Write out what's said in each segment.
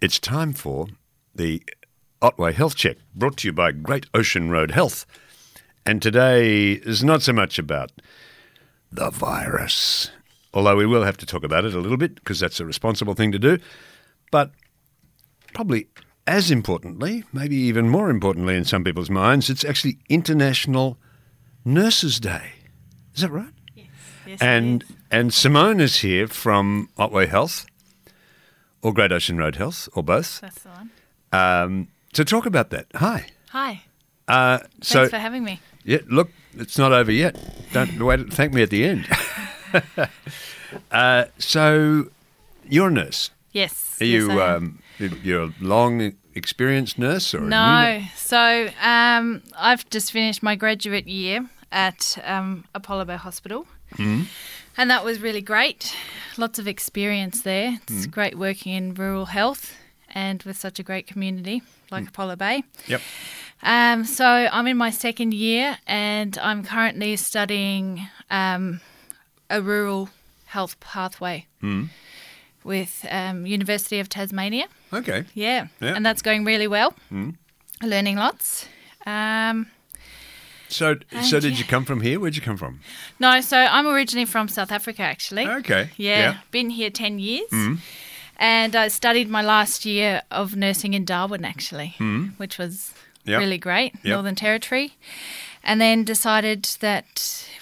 It's time for the Otway Health Check, brought to you by Great Ocean Road Health. And today is not so much about the virus, although we will have to talk about it a little bit because that's a responsible thing to do. But probably as importantly, maybe even more importantly in some people's minds, it's actually International Nurses Day. Is that right? Yes, and it is. and Simone is here from Otway Health or Great Ocean Road Health or both that's the one. um, to talk about that. Hi. Hi, Uh, thanks so for having me. yeah, look, it's not over yet. Don't wait. Thank me at the end. uh, so you're a nurse. Yes. Are yes, you? I am. um, you're a long experienced nurse or a new no. So um, I've just finished my graduate year at um, Apollo Bay Hospital, Mm-hmm. and that was really great. Lots of experience there. Mm-hmm. It's great working in rural health and with such a great community like Mm. Apollo Bay. Yep. Um, so I'm in my second year, and I'm currently studying um, a rural health pathway with um, University of Tasmania. Okay. Yeah. Yeah. and that's going really well. Learning lots. Um, So so did yeah. you come from here? Where'd you come from? no, so I'm originally from South Africa, actually. Okay. Mm. Yeah, been here ten years, and I studied my last year of nursing in Darwin, actually, which was Mm. Yep. really great, Yep. Northern Territory, and then decided that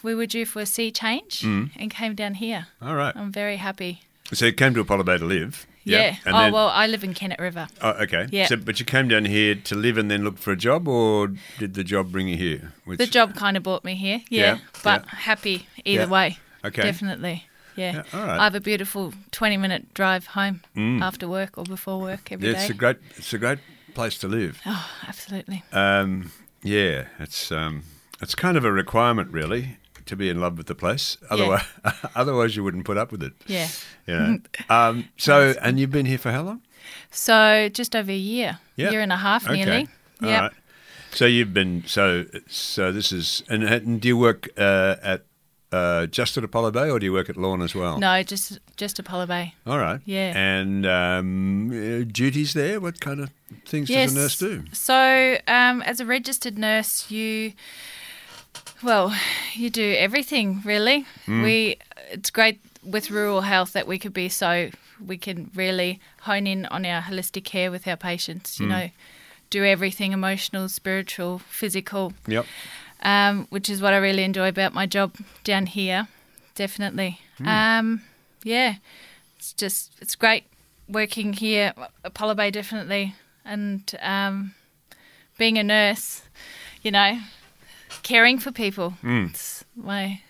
we were due for a sea change Mm. and came down here. All right. I'm very happy. So you came to Apollo Bay to live. Um, Yeah. And oh then- well, I live in Kennet River. Oh, okay. Yeah. So, but you came down here to live and then look for a job, or did the job bring you here? Which, The job kind of brought me here. Yeah, Yeah, but yeah. happy either Yeah. way. Okay. Definitely. Yeah. Yeah, all right. Mm. I have a beautiful 20 minute drive home after work or before work every Yeah, day. it's a great, it's a great place to live. oh, absolutely. Um, yeah, it's um, it's kind of a requirement, really, to be in love with the place. Otherwise, otherwise you wouldn't put up with it. Yeah. You know? um, so, and you've been here for how long? So just over a year, Yeah. year and a half Okay. nearly. All Yeah. right. So you've been so so. This is and, and do you work uh, at uh, just at Apollo Bay, or do you work at Lawn as well? No, just just Apollo Bay. All right. Yeah. And um, uh, duties there? What kind of things does a nurse do? So, um, as a registered nurse, you, well, you do everything really. Hmm. We, it's great with rural health that we could be so we can really hone in on our holistic care with our patients. Hmm. You know, do everything emotional, spiritual, physical, Yep. um, which is what I really enjoy about my job down here. Definitely. Um, yeah, it's just it's great working here, Apollo Bay definitely, and um, being a nurse, you know, caring for people. It's my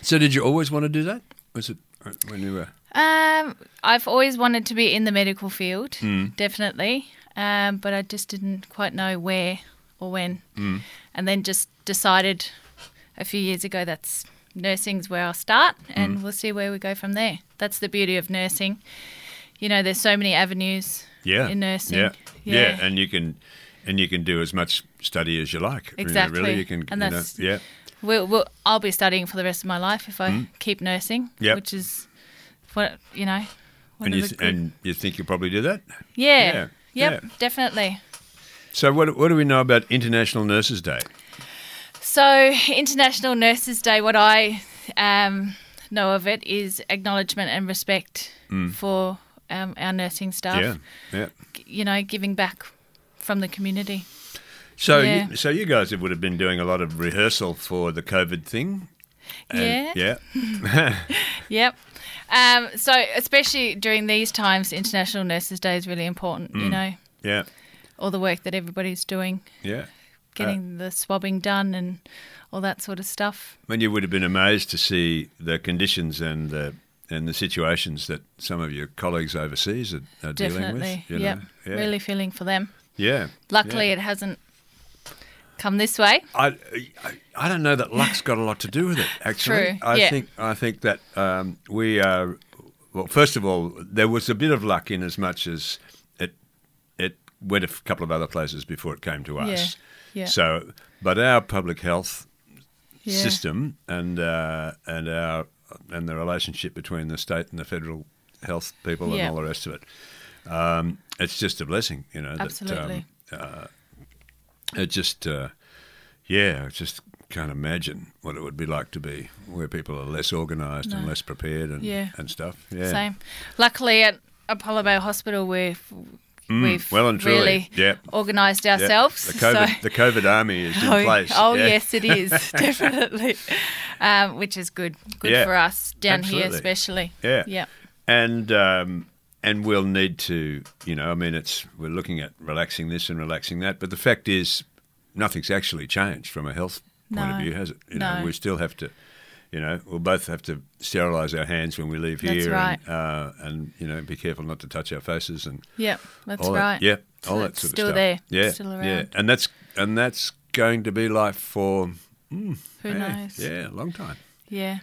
So did you always want to do that? Was it uh, when you were? um, I've always wanted to be in the medical field, Hmm. definitely, um, but I just didn't quite know where or when, Hmm. and then just decided a few years ago that's nursing's where I'll start, Hmm. and we'll see where we go from there. That's the beauty of nursing. You know, there's so many avenues Yeah. in nursing. Yeah. yeah. And you can, and you can do as much study as you like. you know, Exactly. Really, you can. And you know, that's- yeah. we'll, we'll, I'll be studying for the rest of my life if I keep nursing, Hmm. Yep. which is what you know. one And of you the th- good- and you think you'll probably do that. yeah, yeah, yep, yeah. definitely. So what what do we know about International Nurses Day? So, International Nurses Day, what I um, know of it is acknowledgement and respect for um, our nursing staff. Mm. Yeah. Yeah. G- You know, giving back from the community. So Yeah. you, so you guys would have been doing a lot of rehearsal for the COVID thing. And- Yeah. Yep. Um, so, especially during these times, International Nurses Day is really important. Mm. You know, Yeah. all the work that everybody's doing, Yeah. getting Uh, the swabbing done and all that sort of stuff. I mean, you would have been amazed to see the conditions and the and the situations that some of your colleagues overseas are, are dealing with. Definitely. you know? yep. Yeah. Really feeling for them. Yeah. Luckily, yeah. it hasn't come this way. I, I I don't know that luck's got a lot to do with it. Actually, True, I yeah. think I think that um, we are. Well, first of all, there was a bit of luck in as much as it it went a f- couple of other places before it came to us. Yeah, yeah. So, but our public health Yeah. system and uh, and our and the relationship between the state and the federal health people Yeah. and all the rest of it Um, it's just a blessing, you know. Absolutely. That, um, uh, it just, uh, yeah, I just can't imagine what it would be like to be where people are less organised and No. less prepared and Yeah. and stuff. Yeah. Same. Luckily at Apollo Bay Hospital, we've we've Mm, well and truly. really Yep. organised Yeah. ourselves. The COVID, so. the COVID army is in Oh, place. oh Yeah. yes, it is definitely, um, which is good. Good Yeah, for us down here, absolutely. especially. Yeah. Yeah. And um, and we'll need to, you know, I mean, it's we're looking at relaxing this and relaxing that, but the fact is, nothing's actually changed from a health point of No. view, has it? You know, No. we still have to. You know, we'll both have to sterilise our hands when we leave That's here, right. and, uh, and you know, be careful not to touch our faces and Yep. That's all right. that. Yeah, all So that it's sort of still stuff. there. Yeah, Still yeah, around. and that's and that's going to be life for Who hey, knows? Yeah. yeah, a long time. Yeah,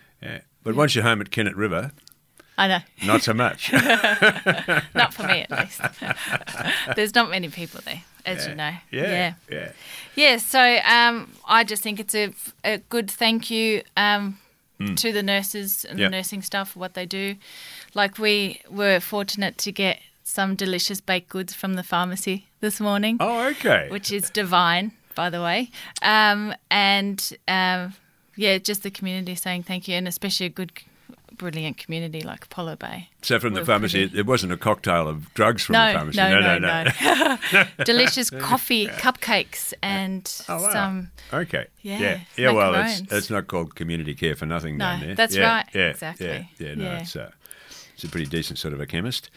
but once you're home at Kennet River, I know. not so much. Not for me, at least. There's not many people there, as you know. yeah, Yeah. yeah. Yeah, so um, I just think it's a, a good thank you um, Hmm. to the nurses and Yep. the nursing staff for what they do. Like we were fortunate to get some delicious baked goods from the pharmacy this morning, Oh, okay. which is divine, by the way. Um, and um, yeah, just the community saying thank you, and especially a good, brilliant community like Apollo Bay. so from the we're pharmacy, it, it wasn't a cocktail of drugs from the No, pharmacy. no, no, no. Delicious coffee, cupcakes, and Oh, wow. some. okay. um, Yeah, Yeah. Yeah, well, it's, macaroons. it's not called community care for nothing No, down there. that's Yeah, right. Yeah. Exactly. Yeah. yeah no, Yeah. it's a, it's a pretty decent sort of a chemist.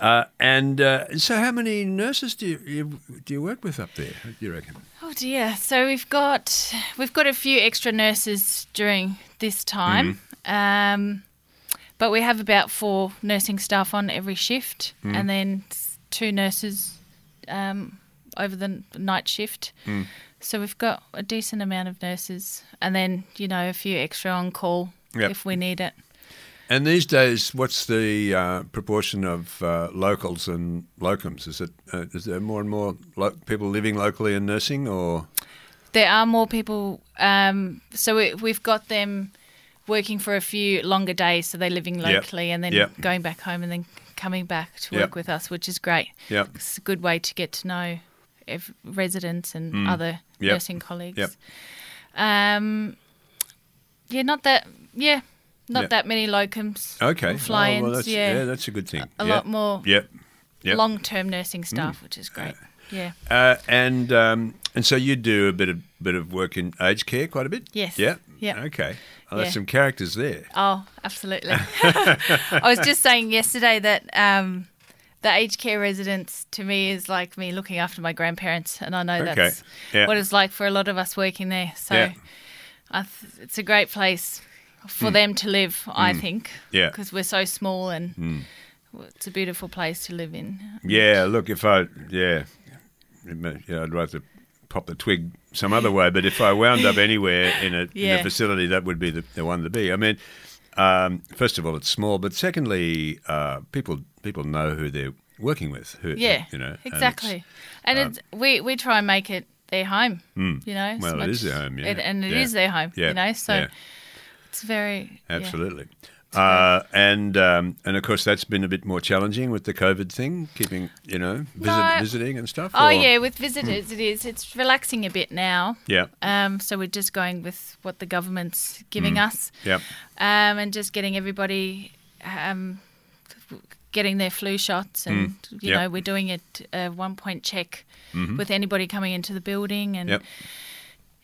Uh, and uh, so, how many nurses do you, you do you work with up there? Do you reckon? Oh dear. So we've got we've got a few extra nurses during this time. Um, but we have about four nursing staff on every shift and then s- two nurses um, over the n- night shift. So we've got a decent amount of nurses and then, you know, a few extra on call Yep. if we need it. And these days, what's the uh, proportion of uh, locals and locums? Is it uh, is there more and more lo- people living locally and nursing, or There are more people. Um, so we, we've got them working for a few longer days, so they're living Yep. locally and then Yep. going back home and then coming back to Yep. work with us, which is great. Yep. It's a good way to get to know ev- residents and other Mm. Yep. nursing colleagues. Yep. Um, yeah, not that. Yeah, not Yep. that many locums. Okay. or Fly-ins. Oh, well, that's, yeah. that's a good thing. a Yeah. lot more Yep. Yep. Mm. long-term nursing staff, which is great. Yeah. Uh, and um, and so you do a bit of bit of work in aged care quite a bit. Yes. Yeah. Yeah. Okay. Well, there's Yeah. some characters there. Oh, absolutely. I was just saying yesterday that um, the aged care residence to me is like me looking after my grandparents, and I know Okay. that's Yeah. what it's like for a lot of us working there. So Yeah. I th- it's a great place for them to live, I think. Hmm. Yeah. Hmm. Because we're so small and it's a beautiful place to live in. Yeah. Look, if I yeah, it may- yeah, I'd rather pop the twig some other way. But if I wound up anywhere in a, in a Yeah. facility, that would be the, the one to be. I mean, um, first of all, it's small, but secondly, uh, people people know who they're working with. Who, Yeah. You know. and it's- uh, Exactly. And, it's, we, we try and make it their home, you know. as Hmm. Well, it much- is their home, yeah. it- and it is Yeah. their home, Yeah. you know. So Yeah. it's very. yeah. Absolutely. Uh, and um, and of course that's been a bit more challenging with the COVID thing, keeping you know visit, No. visiting and stuff. Oh or- yeah, with visitors it is. It's relaxing a bit now. yeah, Um, so we're just going with what the government's giving Hmm. us, yeah, um, and just getting everybody um, getting their flu shots, and you Hmm. Yep. Mm-hmm. know we're doing it a one point check with anybody coming into the building, and Yep.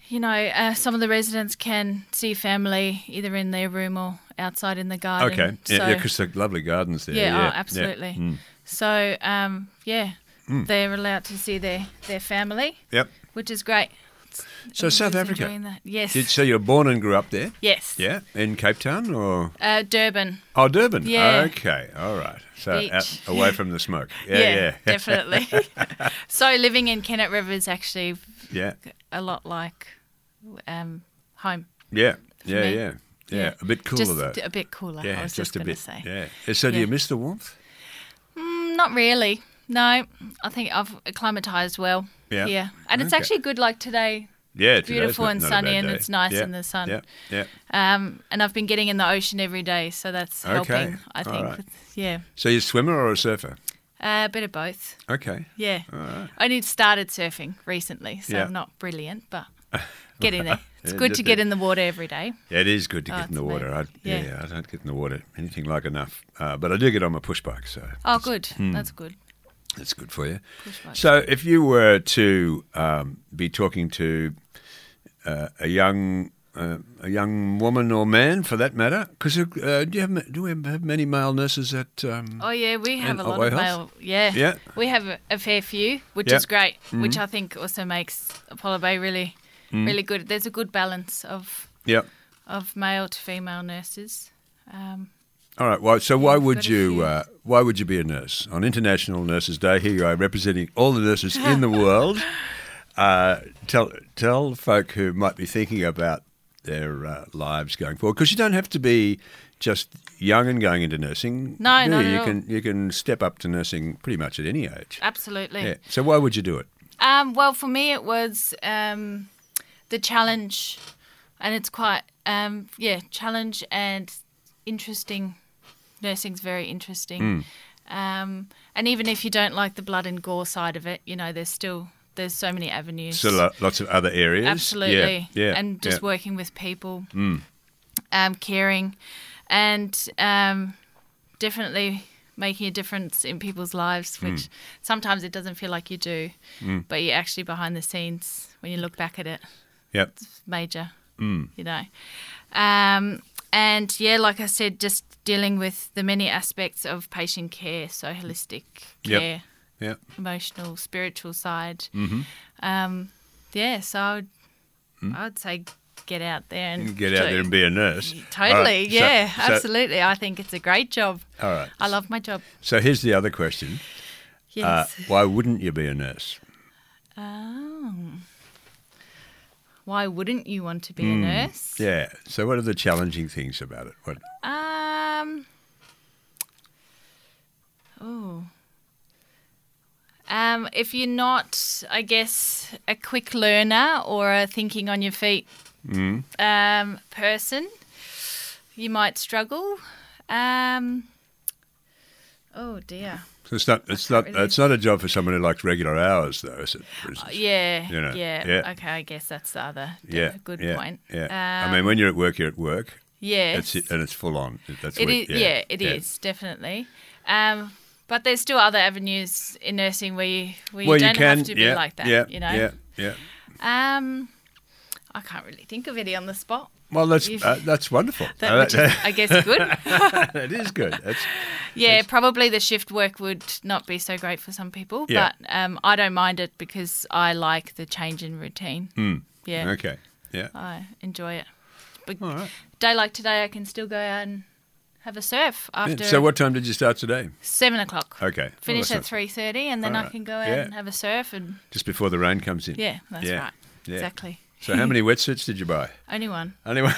you know uh, some of the residents can see family either in their room or outside in the garden. okay, So, yeah, because the lovely gardens there. yeah, Yeah, Hmm. yeah. oh, absolutely. So, um, yeah, Hmm. they're allowed to see their, their family, Yep. which is great. So South Everybody's Africa. enjoying that. Yes. Did, so you're born and grew up there. yes. Yeah, in Cape Town or Uh, Durban. oh Durban. Yeah. Okay, all right. So Beach. out, away from the smoke. Yeah, Yeah, yeah, yeah. definitely. so living in Kennet River is actually yeah. a lot like um, home. Yeah, yeah, me. yeah, A bit cooler just though. a bit cooler. yeah, I was just, a going to bit. say. Yeah. Uh, So do Yeah. you miss the warmth? Mm, not really. No, I think I've acclimatized well. Yeah. Yeah, and it's Okay. actually good. Like today, Yeah, It's today's beautiful not- and not a sunny bad and day. it's nice Yeah, in the sun. Yeah, yeah. Um, and I've been getting in the ocean every day, so that's Okay. helping. I All think. right. with- yeah. So you're a swimmer or a surfer? Uh, Uh, a bit of both. Okay. Yeah. Only started surfing recently, so Uh. Yeah. I'm not brilliant, but get in there. It's Yeah, good just to get it. in the water every day. It is good to get it's in the water. I, Oh, amazing. yeah. Yeah. I don't get in the water anything like enough, uh, but I do get on my push bike, so Oh, good. That's good. that's good for you. Push bike. Hmm. So, if you were to um, be talking to uh, a young uh, a young woman or man, for that matter, because uh, do you have ma- do we have many male nurses at? Um, Oh yeah, we have And a lot Otway of Health? male. Yeah, Yeah. we have a, a fair few, which Yeah. Hmm. is great. Which I think also makes Apollo Bay really, really good. There's a good balance of yeah. of male to female nurses. Um, All right. Well, so why we've would got a you few. uh, why would you be a nurse on International Nurses Day? Here you are representing all the nurses in the world. Uh, tell tell folk who might be thinking about their uh, lives going forward because you don't have to be just young and going into nursing. No, do not you? at you all. can you can step up to nursing pretty much at any age. absolutely. Yeah. So why would you do it? Um, well, for me, it was um, the challenge, and it's quite um, yeah, challenge and interesting. Nursing's very interesting, um, and even if you don't like the blood and gore side of it, you know there's still there's so many avenues. So lo- lots of other areas. Yeah, Absolutely. Yeah. And just yeah. Mm. working with people, um, caring, and um, definitely making a difference in people's lives, Mm. which sometimes it doesn't feel like you do, but you're actually behind the scenes when you look back at it. Yep. It's major, Mm. you know. Um, and yeah, like I said, just dealing with the many aspects of patient care, so holistic Yep. care Yep. emotional, spiritual side. Mm-hmm. Um, yeah, so I would, I would say get out there and Hmm? Get out there and be a nurse. All Totally, right, so- yeah, so- absolutely. I think it's a great job. All right. I love my job. So here's the other question. Uh, Yes. why wouldn't you be a nurse? Uh, Um, why wouldn't you want to be hmm, a nurse? Yeah. So what are the challenging things about it? What? Um. Oh. Um, if you're not, I guess, a quick learner or a thinking on your feet Mm. um, person, you might struggle. Um, oh dear. It's not. It's not. really- Oh, It's not a job for someone who likes regular hours, though, is it? for instance? Yeah, You know, yeah. yeah. Okay, I guess that's the other. Yeah. Good yeah, point. Yeah. I Um, mean, when you're at work, you're at work. yeah. That's it, and it's full on. That's It what- is, yeah, it is definitely. Um, but there's still other avenues in nursing where you where you Well, you, don't can. have to be yeah, like that. Yeah. you know. Yeah. Yeah. Um, I can't really think of any on the spot. Well, that's You've- uh, that's wonderful. That, Uh, which is, I guess, good. that is good. That's Yeah, probably the shift work would not be so great for some people, Yeah. but um, I don't mind it because I like the change in routine. Yeah, Hmm. Uh, okay. Yeah. I enjoy it. But All right. day like today, I can still go out and have a surf Yeah. after So, what time did you start today? seven o'clock. Okay. Well, finish that's at not- three thirty, and then All I right. can go out Yeah. and have a surf, and Just before the rain comes in. yeah, that's Yeah. right, Yeah. exactly. So, how many wetsuits did you buy? Only one, Anyway.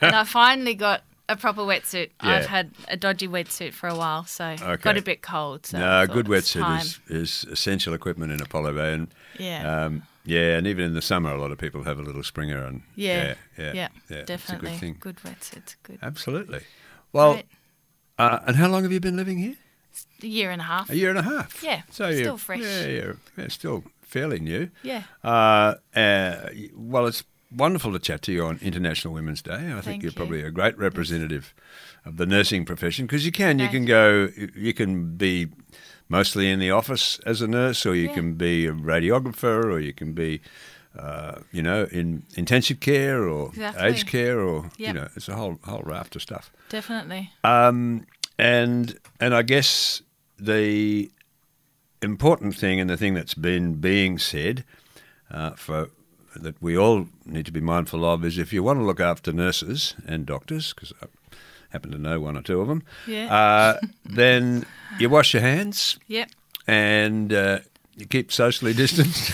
and I finally got a proper wetsuit. I've Yeah. had a dodgy wetsuit for a while, so Okay. got a bit cold. So No, I a good thought it's wetsuit time. is, is essential equipment in Apollo Bay, and Yeah. um, yeah, and even in the summer, a lot of people have a little springer, and yeah, yeah, yeah, it's definitely. a good thing. wetsuit's good. Absolutely. Well, Right. uh, and how long have you been living here? a year and a half. A year and a half. Yeah, you- still fresh. Yeah, yeah, yeah, still fairly new. Yeah. Uh, uh, well, it's wonderful to chat to you on International Women's Day. I think Thank you're you. probably a great representative of the nursing profession because you can you Right. can go you can be mostly in the office as a nurse, or you Yeah. can be a radiographer, or you can be uh, you know in intensive care or Exactly. aged care, or you Yep. know it's a whole whole raft of stuff. Definitely. Um, and and I guess the important thing and the thing that's been being said uh, for that we all need to be mindful of is if you want to look after nurses and doctors, because I happen to know one or two of them, Yeah. uh, then you wash your hands Yep, and uh, you keep socially distanced,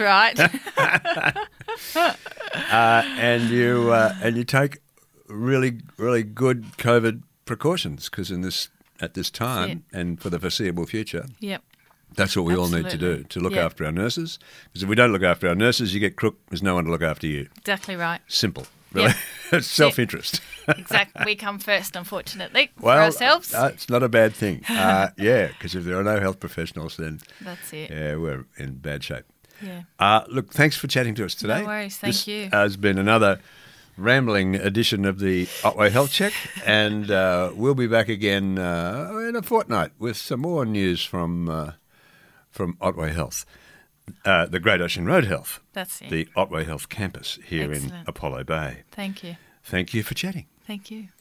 right. uh, and you uh, and you take really really good COVID precautions because in this at this time and for the foreseeable future, yep, That's what we all need to do Absolutely. to look Yeah. after our nurses. Because if we don't look after our nurses, you get crook. There's no one to look after you. exactly right. Simple, really. Yeah. it's self interest. Exactly. We come first, unfortunately, Well, for ourselves. uh, it's not a bad thing. Uh, yeah, because if there are no health professionals, then That's it. Yeah. yeah, we're in bad shape. Uh, look, thanks for chatting to us today. worries, thank This you. Has been another rambling edition of the Otway Health Check, and uh, we'll be back again uh, in a fortnight with some more news from uh, from Otway Health, uh, the Great Ocean Road Health, That's it. the Otway Health campus here in Excellent. Apollo Bay. Thank you. Thank you for chatting. Thank you.